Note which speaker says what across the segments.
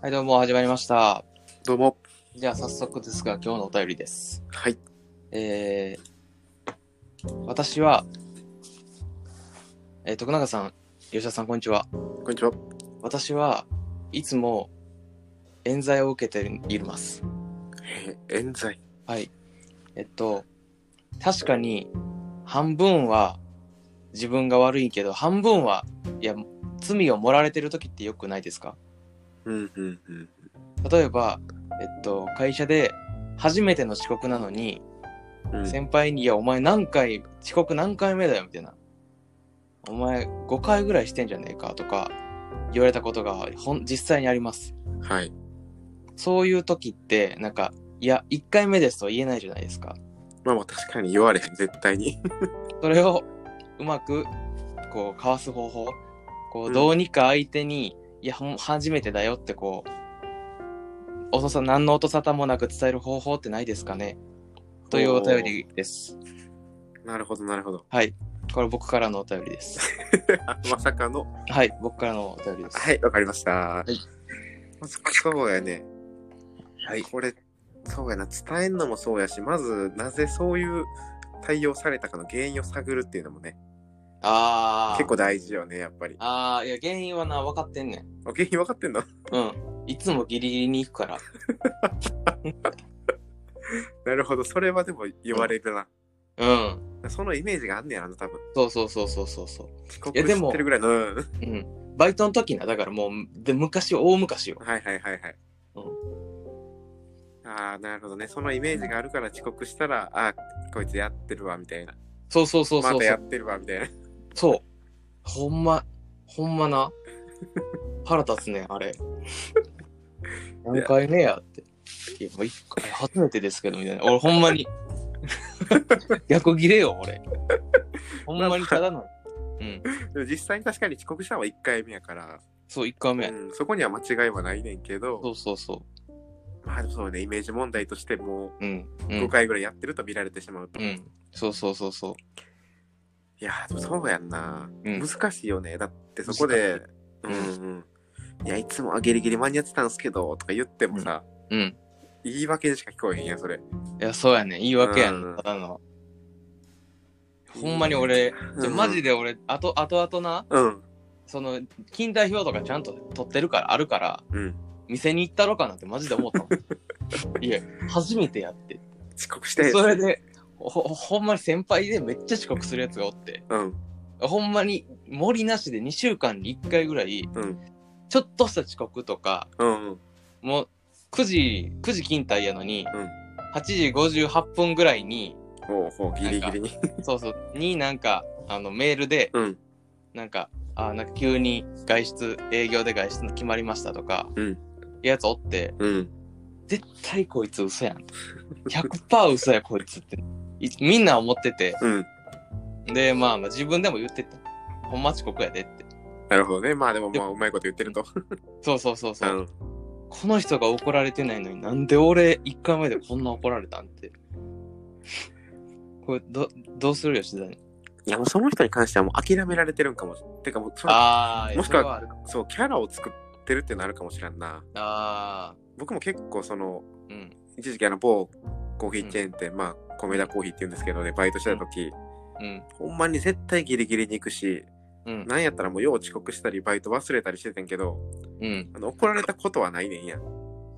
Speaker 1: はい、どうも、始まりました。
Speaker 2: どうも。
Speaker 1: じゃあ、早速ですが、今日のお便りです。
Speaker 2: はい。
Speaker 1: えー、私は、えー、徳永さん、吉田さん、こんにちは。
Speaker 2: こんにちは。
Speaker 1: 私はいつも冤罪を受けています。
Speaker 2: えー、冤罪。
Speaker 1: はい。えっと、確かに、半分は自分が悪いけど、半分は、いや、罪を盛られてる時ってよくないですか
Speaker 2: うんうんうん。
Speaker 1: 例えば、えっと、会社で初めての遅刻なのに、
Speaker 2: うん、
Speaker 1: 先輩に、いや、お前何回、遅刻何回目だよ、みたいな。お前5回ぐらいしてんじゃねえか、とか言われたことがほん実際にあります。
Speaker 2: はい。
Speaker 1: そういう時って、なんか、いや、1回目ですとは言えないじゃないですか。
Speaker 2: まあまあ確かに言われへん、絶対に。
Speaker 1: それをうまく、こう、かわす方法。こ
Speaker 2: う
Speaker 1: う、
Speaker 2: ん
Speaker 1: どうにか相手に、いや、ほん初めてだよって、こう、音さ、何の音沙汰もなく伝える方法ってないですかねというお便りです。
Speaker 2: なるほど、なるほど。
Speaker 1: はい。これ僕からのお便りです。
Speaker 2: あまさかの。
Speaker 1: はい、僕からのお便りです。。
Speaker 2: はい、わかりました。はいそうやね。
Speaker 1: はい
Speaker 2: これ、そうやな。伝えんのもそうやし、まず、なぜそういう対応されたかの原因を探るっていうのもね、
Speaker 1: ああ。
Speaker 2: 結構。大事よね、やっぱり。
Speaker 1: ああ、いや、原因はな、分かってんねん。
Speaker 2: あ原因わかってんの
Speaker 1: うん。いつもギリギリに行くから。
Speaker 2: なるほど、それはでも言われるな。
Speaker 1: うん。
Speaker 2: そのイメージがあんねやろな、多分。
Speaker 1: そうそうそうそうそうそう。
Speaker 2: 遅刻
Speaker 1: いやでも
Speaker 2: してるぐらいの。うん。はい
Speaker 1: うん。バイトの時な、だからもう、で昔、大昔よ。
Speaker 2: はいはいはい。ああ、なるほどね。そのイメージがあるから遅刻したら、ああ、こいつやってるわ、みたいな。
Speaker 1: そうそうそうそ
Speaker 2: ま
Speaker 1: う
Speaker 2: た
Speaker 1: そ
Speaker 2: や
Speaker 1: う。
Speaker 2: ってるわ、みたいな。
Speaker 1: そう。ほんま、ほんまな。腹立つねん、あ れ。何回目やって。いや、もう一回、初めてですけど、みたいな。俺、ほんま に。逆切れよ、俺。ほんまにただの。うん。
Speaker 2: でも実際に確かに遅刻したのは1回目やから、
Speaker 1: そう、一回目。
Speaker 2: うん、そこには間違いはないねんけ
Speaker 1: そ
Speaker 2: ど、
Speaker 1: うそうそ
Speaker 2: まあでもそうね、イメージ問題としても
Speaker 1: う。うん。う
Speaker 2: うん5回ぐらいやってると見られてしまうと。
Speaker 1: う
Speaker 2: い
Speaker 1: ん。そうそうそうそう。
Speaker 2: やー、でもそうやんな。
Speaker 1: うん。
Speaker 2: 難しいよね。だってそこで、う
Speaker 1: 難
Speaker 2: ん
Speaker 1: しい
Speaker 2: うん。いや、いつもはギリギリ間に合ってたんすけど、とか言ってもさ、
Speaker 1: うん。
Speaker 2: 言い訳でしか聞こえへんやん、それ。
Speaker 1: いや、そうやね。言い訳やね
Speaker 2: うん
Speaker 1: ただの。ほんまに俺、じゃマジ
Speaker 2: で。
Speaker 1: で俺、あと、あとあとな、
Speaker 2: うん。
Speaker 1: その、勤怠表とかちゃんと取ってるから、あるから、
Speaker 2: うん。
Speaker 1: 店に行ったろかなってマジで思ったも ん。いや、初めてやって。
Speaker 2: 遅刻して。
Speaker 1: それで、ほ、ほんまに先輩でめっちゃ遅刻するやつがおって、
Speaker 2: うん。
Speaker 1: ほんまに森なしで2週間に1回ぐらい、
Speaker 2: うん
Speaker 1: ちょっとした遅刻とか、
Speaker 2: うんうん。
Speaker 1: もう9時、9時勤怠やのに、
Speaker 2: うん
Speaker 1: 8時58分ぐらいに、
Speaker 2: ほうほう、ギリギリに。
Speaker 1: そうそう、になんか、あの、メールで、
Speaker 2: うん。
Speaker 1: なんか、あなんか急に外出、営業で外出決まりましたとか、
Speaker 2: うん
Speaker 1: いうやつおって、
Speaker 2: うん。
Speaker 1: 絶対こいつ嘘やん。100%嘘やこいつって、いみんな思ってて、
Speaker 2: うん。
Speaker 1: で、まあまあ自分でも言ってた。ほんま遅刻やでって。
Speaker 2: なるほどね。まあでも、
Speaker 1: で
Speaker 2: まあ、うまいこと言ってると。
Speaker 1: そうそうそう
Speaker 2: う
Speaker 1: そう、
Speaker 2: ん。
Speaker 1: この人が怒られてないのになんで俺1回目でこんな怒られたんって。これ、ど、どうするよ、吉田に。
Speaker 2: いや、もうその人に関してはもう諦められてるんかもしれん。てかもうそれ、
Speaker 1: ああ、
Speaker 2: もしくは
Speaker 1: それあるかも
Speaker 2: そう、キャラを作ってるってなるかもしれんな。
Speaker 1: あ
Speaker 2: 僕も結構その、
Speaker 1: ー、うん、
Speaker 2: 一時期あの、某コーヒーチェーン店、まあ、米田コーヒーって言うんですけどね、バイトしてた時、
Speaker 1: うん、
Speaker 2: ほんまに絶対ギリギリに行くし、
Speaker 1: うん、
Speaker 2: なんやったらもうよう遅刻したり、バイト忘れたりしててんけど、
Speaker 1: うん。
Speaker 2: あの怒られたことはないねんや。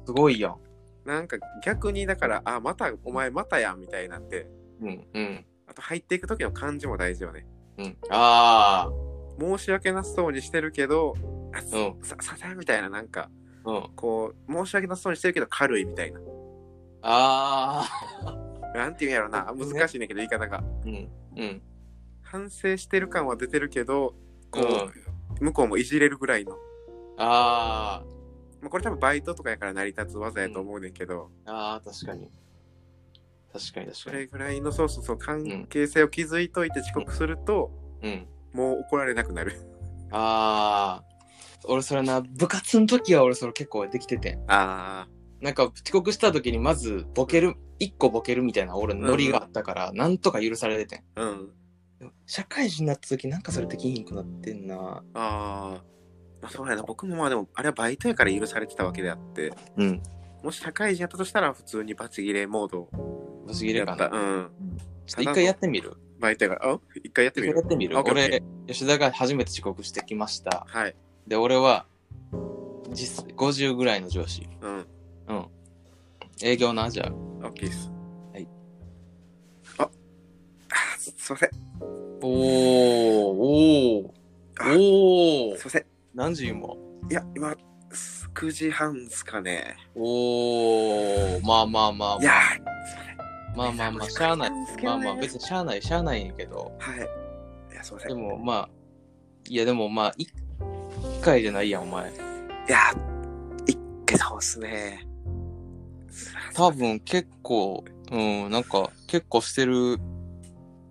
Speaker 1: すごいやん。
Speaker 2: なんか逆にだから、あ、また、お前またやんみたいになって、
Speaker 1: うん、うん、
Speaker 2: あと入っていく時の感じも大事よね。
Speaker 1: うん。あ
Speaker 2: 申し訳なさそうにしてるけど、あ
Speaker 1: う
Speaker 2: さささみたいな、なんか、
Speaker 1: あ、うん。
Speaker 2: こう、申し訳なさそうにしてるけど軽いみたいな。
Speaker 1: あ
Speaker 2: なんていうんやろな、
Speaker 1: ね
Speaker 2: 難しいねんけど、言い方が。
Speaker 1: あ、うん、うん。
Speaker 2: 反省してる感は出てるけど、こ
Speaker 1: うん
Speaker 2: う、向こうもいじれるぐらいの。
Speaker 1: あ
Speaker 2: まあ、これ多分バイトとかやから成り立つ技やと思うねんけど、
Speaker 1: あ、ああ、確かに。確かに確
Speaker 2: そ
Speaker 1: かに。
Speaker 2: れぐらいの、そうそうそう、関係性を築いといて遅刻すると、
Speaker 1: うん。
Speaker 2: もう怒られなくなる。
Speaker 1: ああ、俺それな、部活の時は俺それ結構できてて。
Speaker 2: あ
Speaker 1: なんか遅刻した時にまずボケる、一個ボケるみたいな俺ノリがあったから、なんとか許されててん。
Speaker 2: あ、うん。
Speaker 1: でも社会人になった時なんかそれできひんくなってんな。
Speaker 2: ああ。まあ、そうやな僕もまあでもあれはバイトやから許されてたわけであって
Speaker 1: うん。
Speaker 2: もし社会人やったとしたら普通にバチギレモード
Speaker 1: ぶち切れ
Speaker 2: や
Speaker 1: か
Speaker 2: った
Speaker 1: な。
Speaker 2: うん
Speaker 1: ちょっと一回やってみる。
Speaker 2: バイトやからあ一回やって
Speaker 1: 一回
Speaker 2: みる
Speaker 1: やってみる。
Speaker 2: オッケーオッケ
Speaker 1: 俺、吉田が初めて遅刻してきました。
Speaker 2: はい
Speaker 1: で、俺は、実50ぐらいの上司。
Speaker 2: うん
Speaker 1: 営業な、じゃあ。
Speaker 2: オッケーです
Speaker 1: はい
Speaker 2: ああすすいません
Speaker 1: おー、お
Speaker 2: あ
Speaker 1: ー、お
Speaker 2: すい
Speaker 1: ー。
Speaker 2: ません
Speaker 1: 何時も。
Speaker 2: いや今す9時半ですかね
Speaker 1: おー、まあまあまあ
Speaker 2: いや
Speaker 1: まあ。
Speaker 2: ーすいません
Speaker 1: まあまあまあ、しゃあない。まあまあ、
Speaker 2: 別に
Speaker 1: 別にしゃあない、しゃあないんやけど。
Speaker 2: はいいやすいません
Speaker 1: でもまあ、いやでもまあ、一一回じゃないやん、お前。
Speaker 2: いや一回そうっすねすいません
Speaker 1: 多分結構、うん、なんか結構してる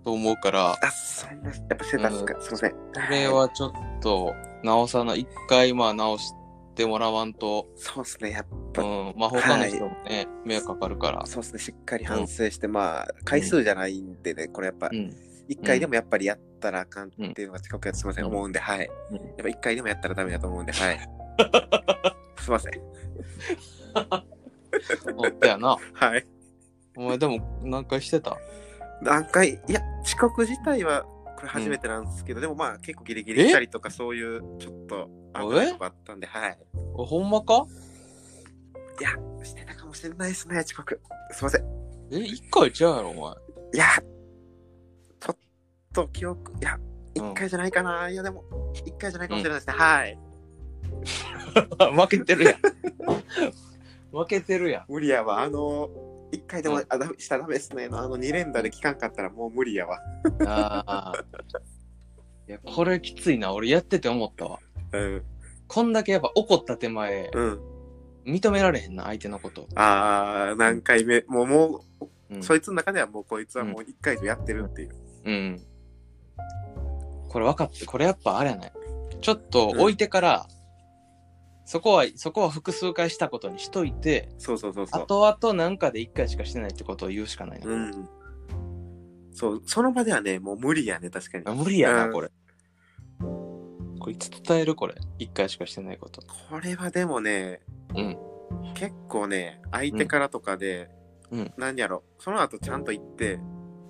Speaker 1: と思うから、
Speaker 2: あそんなやっぱしてたんすか、すいません
Speaker 1: これはちょっと直さない。一回まあ直してもらわんと、
Speaker 2: そうっすねやっ
Speaker 1: う
Speaker 2: ぱ、
Speaker 1: ん、まあ他の人もね、迷惑かかるから。
Speaker 2: そうですね、しっかり反省して、まあ、回数じゃないんでね、これやっぱ
Speaker 1: う、ん。
Speaker 2: 一回でもやっぱりやったらあかんっていうのが近くやつ、すみません、
Speaker 1: うん
Speaker 2: 思うんで、はい。や
Speaker 1: うん
Speaker 2: っぱ一回でもやったらダメだと思うんで、はい。すみませ ん、
Speaker 1: おったやな。
Speaker 2: はい。
Speaker 1: お前でも何回してた
Speaker 2: 何回、いや、遅刻自体は、これ初めてなんですけど、でもまあ、結構ギリギリしたりとか、そういう、ちょっと、危ないとこあったんで、はい。
Speaker 1: おほんまか
Speaker 2: してたかもしれないですね、遅刻。すみません。
Speaker 1: え、一回ちゃうやろ、お前。
Speaker 2: いや、ちょっと記憶、いや、一回じゃないかな、いや、でも、一回じゃないかもしれないですね、はい。
Speaker 1: 負けてるやん。負けてるやん。
Speaker 2: 無理やわあの一回でも、
Speaker 1: うん
Speaker 2: あダメしたらダメですねのあの二連打で効かんかったらもう無理やわ
Speaker 1: ああ。いや、これきついな。俺やってて思ったわ。
Speaker 2: うん
Speaker 1: こんだけやっぱ怒った手前、
Speaker 2: うん
Speaker 1: 認められへんな、相手のこと。
Speaker 2: あー何回目もうもう、
Speaker 1: うん。
Speaker 2: そいつの中ではもうこいつはもう一回以上やってるっていう、
Speaker 1: うん、これ分かって、これやっぱあれやない。ちょっと置いてから、そこは、そこは複数回したことにしといて、
Speaker 2: そうそうそうそう
Speaker 1: 後々なんかで一回しかしてないってことを言うしかないな。
Speaker 2: うんそうその場ではねもう無理やね確かに
Speaker 1: あ無理やな、
Speaker 2: うん
Speaker 1: これ。これいつ伝えるこれ。一回しかしてないこと。
Speaker 2: これはでもね、
Speaker 1: うん
Speaker 2: 結構ね相手からとかで、
Speaker 1: うんうん
Speaker 2: 何やろその後ちゃんと行って、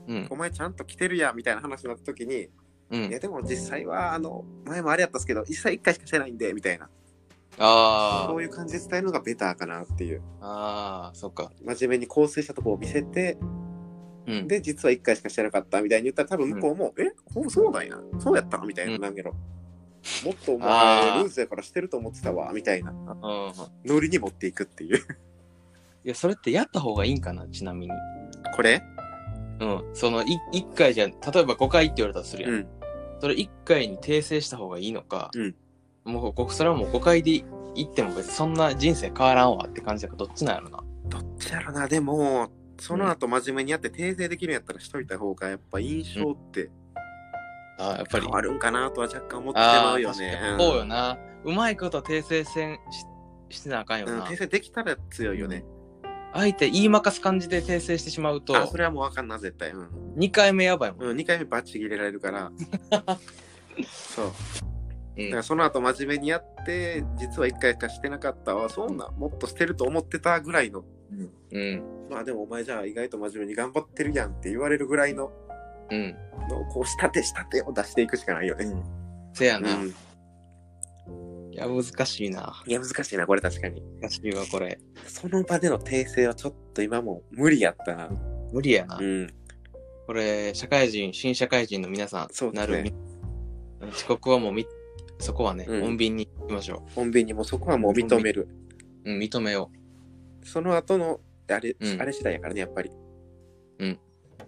Speaker 1: うん。
Speaker 2: お前ちゃんと来てるやみたいな話になった時に、
Speaker 1: う
Speaker 2: いや
Speaker 1: ん。
Speaker 2: でも実際はあの前もあれやったんですけど一切一回しかしてないんでみたいな
Speaker 1: あ
Speaker 2: そ
Speaker 1: ー
Speaker 2: ういう感じで伝えるのがベターかなっていう
Speaker 1: あー、そっか。
Speaker 2: 真面目に構成したとこを見せて
Speaker 1: うん。
Speaker 2: で実は一回しかしてなかったみたいに言ったら多分向こうも「えほんそうなんやそうやった?」みたいな、
Speaker 1: うん
Speaker 2: なんやろもっとお
Speaker 1: あ
Speaker 2: 前
Speaker 1: ー
Speaker 2: ルーズやからしてると思ってたわみたいな
Speaker 1: うん。
Speaker 2: ノリに持っていくっていう
Speaker 1: いや、それってやった方がいいんかな、ちなみに。
Speaker 2: これ
Speaker 1: うん。その、い一回じゃ、例えば5回って言われたとするやん。
Speaker 2: うん
Speaker 1: それ一回に訂正した方がいいのか、
Speaker 2: うん
Speaker 1: もうこ、それはもう5回で行っても別にそんな人生変わらんわって感じだからどっちなんやろな。
Speaker 2: どっちやろなでもその後真面目にやって訂正できるんやったらしといた方がやっぱ印象って
Speaker 1: あやっぱ
Speaker 2: 変
Speaker 1: り。
Speaker 2: わるんかなとは若干思ってし
Speaker 1: あ
Speaker 2: ま
Speaker 1: あー、
Speaker 2: うよ
Speaker 1: 確
Speaker 2: ね
Speaker 1: か
Speaker 2: うん
Speaker 1: にそうよな。うまいこと訂正せんししてなあかんよ
Speaker 2: うん、
Speaker 1: な。
Speaker 2: 訂正できたら強いよね。
Speaker 1: あえて言いまかす感じで訂正してしまうと、
Speaker 2: あ、それはもうわかんな、絶対。うん。
Speaker 1: 2回目やばいもん。
Speaker 2: うん、2回目バッチ切れられるから。 そう。
Speaker 1: うん
Speaker 2: だからその後真面目にやって、実は1回しかしてなかったわ。そうなん、もっとしてると思ってたぐらいの。
Speaker 1: うん。
Speaker 2: まあでもお前じゃあ意外と真面目に頑張ってるやんって言われるぐらいの、
Speaker 1: うん。
Speaker 2: のこう、仕立て仕立てを出していくしかないよ
Speaker 1: う
Speaker 2: ね。
Speaker 1: ん。せや
Speaker 2: うん。
Speaker 1: な。いや、難しいな。
Speaker 2: いや、難しいな、これ確かに。
Speaker 1: 難しいわ、これ。
Speaker 2: その場での訂正はちょっと今もう無理やったな。
Speaker 1: 無理やな。
Speaker 2: うん。
Speaker 1: これ、社会人、新社会人の皆さん、
Speaker 2: そうで
Speaker 1: な
Speaker 2: すね
Speaker 1: るみ、遅刻はもうみ、そこはね、
Speaker 2: うん
Speaker 1: 穏便に行きましょ
Speaker 2: 本便にもうそこはもう認める。
Speaker 1: う。うん、認めよ
Speaker 2: その後のあれ、
Speaker 1: うん
Speaker 2: あれ次第やからね、やっぱり。
Speaker 1: うん。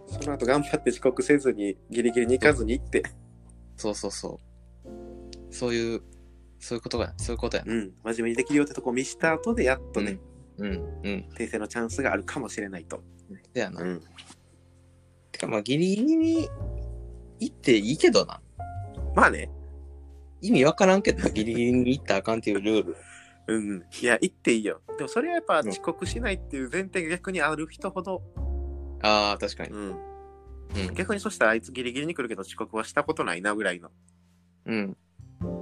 Speaker 2: その後頑張って遅刻せずに、ギリギリに行かずに行って。
Speaker 1: う。そうそうそう。そういう、そういうことが、そういうことやな。
Speaker 2: うん。真面目にできるよってとこを見した後で、やっとね、
Speaker 1: うん、うん。
Speaker 2: 訂正のチャンスがあるかもしれないと。
Speaker 1: せやな。
Speaker 2: ん。
Speaker 1: てか、まあ、ギリギリに行っていいけどな。
Speaker 2: まあね。
Speaker 1: 意味わからんけ ど、ギリギリに行ったらあかんっていうルール。
Speaker 2: うん。いや、行っていいよ。でもそれはやっぱ
Speaker 1: うん
Speaker 2: 遅刻しないっていう前提が逆にある人ほど、
Speaker 1: ああ、確かに。
Speaker 2: うん。
Speaker 1: うん。
Speaker 2: 逆にそしたらあいつギリギリに来るけど遅刻はしたことないなぐらいの。
Speaker 1: うん。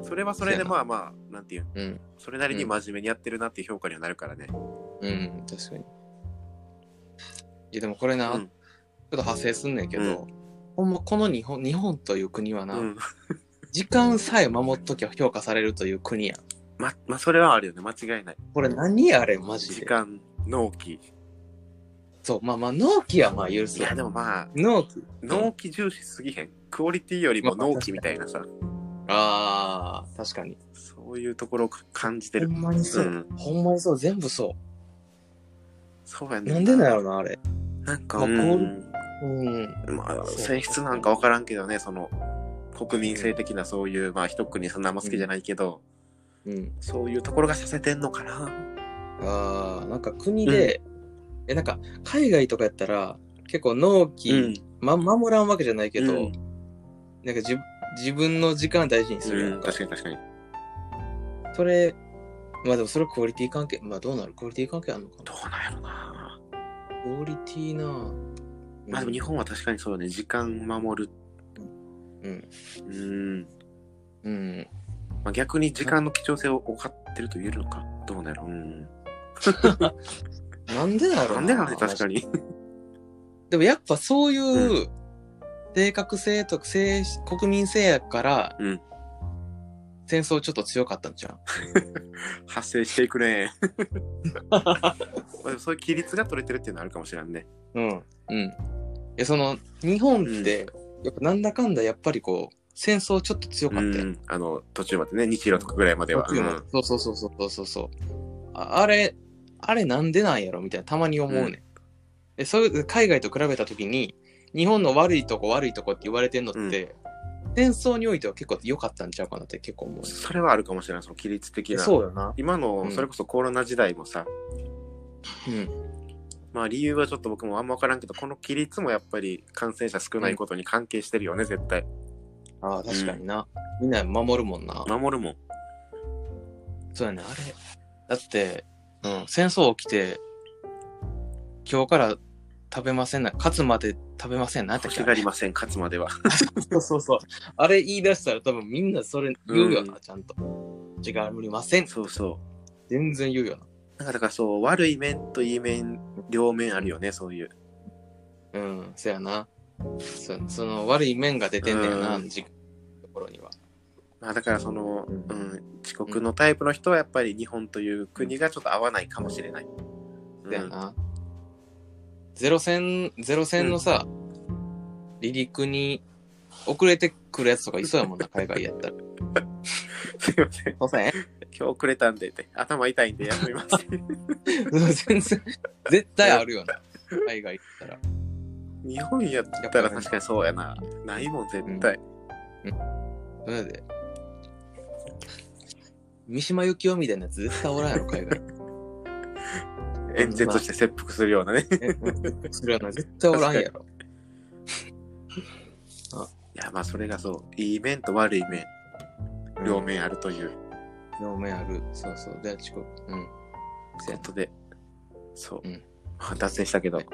Speaker 2: それはそれでまあまあ、なんていうの、
Speaker 1: うん。
Speaker 2: それなりに真面目にやってるなっていう評価にはなるからね。
Speaker 1: うん、確かに。いや、でもこれな、ち
Speaker 2: う
Speaker 1: ょ
Speaker 2: ん
Speaker 1: っと派生すんねんけど、ほんまこの日本、日本という国はな、
Speaker 2: うん。
Speaker 1: 時間さえ守っときゃ評価されるという国やん。
Speaker 2: ま、まあ、それはあるよね。間違いない。
Speaker 1: これ何やあれ、マジ
Speaker 2: 時
Speaker 1: で。
Speaker 2: 間、納期。
Speaker 1: そう、まあまあ、納期はまあ許
Speaker 2: い
Speaker 1: すわ
Speaker 2: や、でもまあ、
Speaker 1: 納期。
Speaker 2: 納期重視しすぎへん。クオリティよりも納期みたいなさ、
Speaker 1: ああ、確かに。
Speaker 2: そういうところを感じて
Speaker 1: ほ
Speaker 2: る。
Speaker 1: んまにそうう。
Speaker 2: ん。
Speaker 1: ほんまにそう、全部そ
Speaker 2: そうや
Speaker 1: う。
Speaker 2: ね
Speaker 1: なんでなんやろな、あれ。
Speaker 2: なん
Speaker 1: ま
Speaker 2: か、
Speaker 1: あ
Speaker 2: うん、
Speaker 1: うん。
Speaker 2: まあ、
Speaker 1: そう
Speaker 2: 性質なんかわからんけどね、その、国民性的なそういう、まあ、一国にそんなあんま好きじゃないけど、
Speaker 1: うん。
Speaker 2: そういうところがさせてんのかな。
Speaker 1: ああ、なんか国で、え、なんか海外とかやったら、結構納期、ま、守らんわけじゃないけど、
Speaker 2: うん
Speaker 1: なんかじ自分の時間大事にするや
Speaker 2: うんん、
Speaker 1: か、
Speaker 2: 確かに確かに。
Speaker 1: それ、まあでもそれクオリティ関係、まあどうなるクオリティ関係あるのかな
Speaker 2: どうなんやろな。
Speaker 1: クオリティなぁ
Speaker 2: まあでも日本は確かにそうね、時間守る。
Speaker 1: うん。
Speaker 2: うん。
Speaker 1: うん。
Speaker 2: まあ、逆に時間の貴重性を分かってると言えるのか。どうなんやろ。うん。
Speaker 1: なんでだろう
Speaker 2: なんでなんで確か
Speaker 1: に。
Speaker 2: に。
Speaker 1: でもやっぱそういう、正確性とか性し国民性やから、
Speaker 2: うん
Speaker 1: 戦争ちょっと強かったんじゃん。
Speaker 2: 発生してい くね。まあでもそういう規律が取れてるっていうのはあるかもしれんね。
Speaker 1: うん。うん。いや、その、日本って、やっぱなんだかんだやっぱりこう、戦争ちょっと強か
Speaker 2: う
Speaker 1: ったやん。
Speaker 2: ん。あの、途中までね、日露とかぐらいまでは。
Speaker 1: 僕もそうそうそうそうそうそう。ああれ、あれなんでなんやろみたいな、たまに思うねん。
Speaker 2: うん
Speaker 1: でそういう海外と比べたときに、日本の悪いとこ悪いとこって言われてんのって、戦争においては結構良かったんちゃうかなって結構思
Speaker 2: うん
Speaker 1: う。
Speaker 2: それはあるかもしれない、その規律的な。
Speaker 1: そうだな。
Speaker 2: 今
Speaker 1: う
Speaker 2: の、
Speaker 1: ん
Speaker 2: それこそコロナ時代もさ、
Speaker 1: うん。
Speaker 2: まあ理由はちょっと僕もあんま分からんけど、この規律もやっぱり感染者少ないことに関係してるよね、絶対。
Speaker 1: ああ、確かにな。みんな守るもんな。
Speaker 2: 守るもん。
Speaker 1: そうやね、あれ。だって、うん、戦争起きて、今日から食べませんな、勝つまで食べませんなって
Speaker 2: 欲しがりません、勝つまでは。
Speaker 1: そうそうそう。あれ言い出したら多分みんなそれ言うよな、
Speaker 2: う
Speaker 1: ちゃんと。違う、無理ません。
Speaker 2: そうそう。
Speaker 1: 全然言うよな。
Speaker 2: なんかだからそう、悪い面といい面、両面あるよね、そういう。
Speaker 1: うん、そやな。そその悪い面が出てんねやな、
Speaker 2: うん
Speaker 1: じところには。
Speaker 2: まあだからその、
Speaker 1: うん
Speaker 2: うん、遅刻のタイプの人はやっぱり日本という国がちょっと合わないかもしれない。
Speaker 1: そや
Speaker 2: うん
Speaker 1: な。ゼロ戦、ゼロ戦のさ、離陸に遅れてくるやつとかいそうやもんな、海外やったら。
Speaker 2: すいません。
Speaker 1: そうせん
Speaker 2: 今日くれたんでって、頭痛いんで休みます。
Speaker 1: うん全然、絶対あるよな。海外行ったら。
Speaker 2: 日本やったら確かにそうやな。ないもん、絶対。
Speaker 1: それで。三島由紀夫みたいなやつ絶対おらんやろ、海外。
Speaker 2: 演説して切腹するようなね。い
Speaker 1: えそれはな、絶対おらんや ろ。
Speaker 2: や、まあそれがそう、いい面と悪い面、両面あるという
Speaker 1: 両面ある。そうそう。で、遅刻。うん。せ
Speaker 2: こ
Speaker 1: や
Speaker 2: とで、そう
Speaker 1: うん。
Speaker 2: まあ脱線したけど
Speaker 1: は、な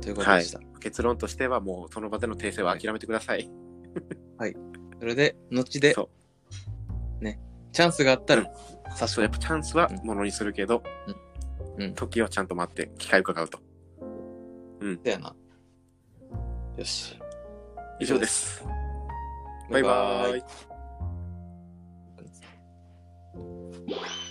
Speaker 1: ということでした。
Speaker 2: 結論としてはもうその場での訂正は諦めてください。
Speaker 1: それで、後で
Speaker 2: そ、
Speaker 1: ね、チャンスがあった
Speaker 2: う
Speaker 1: ら、差し
Speaker 2: そう、やっぱチャンスはものにするけど、
Speaker 1: うんうん
Speaker 2: 時をちゃんと待って、機会を伺うと。
Speaker 1: だよな。よし。
Speaker 2: 以上です。バイバーイ。
Speaker 1: イ。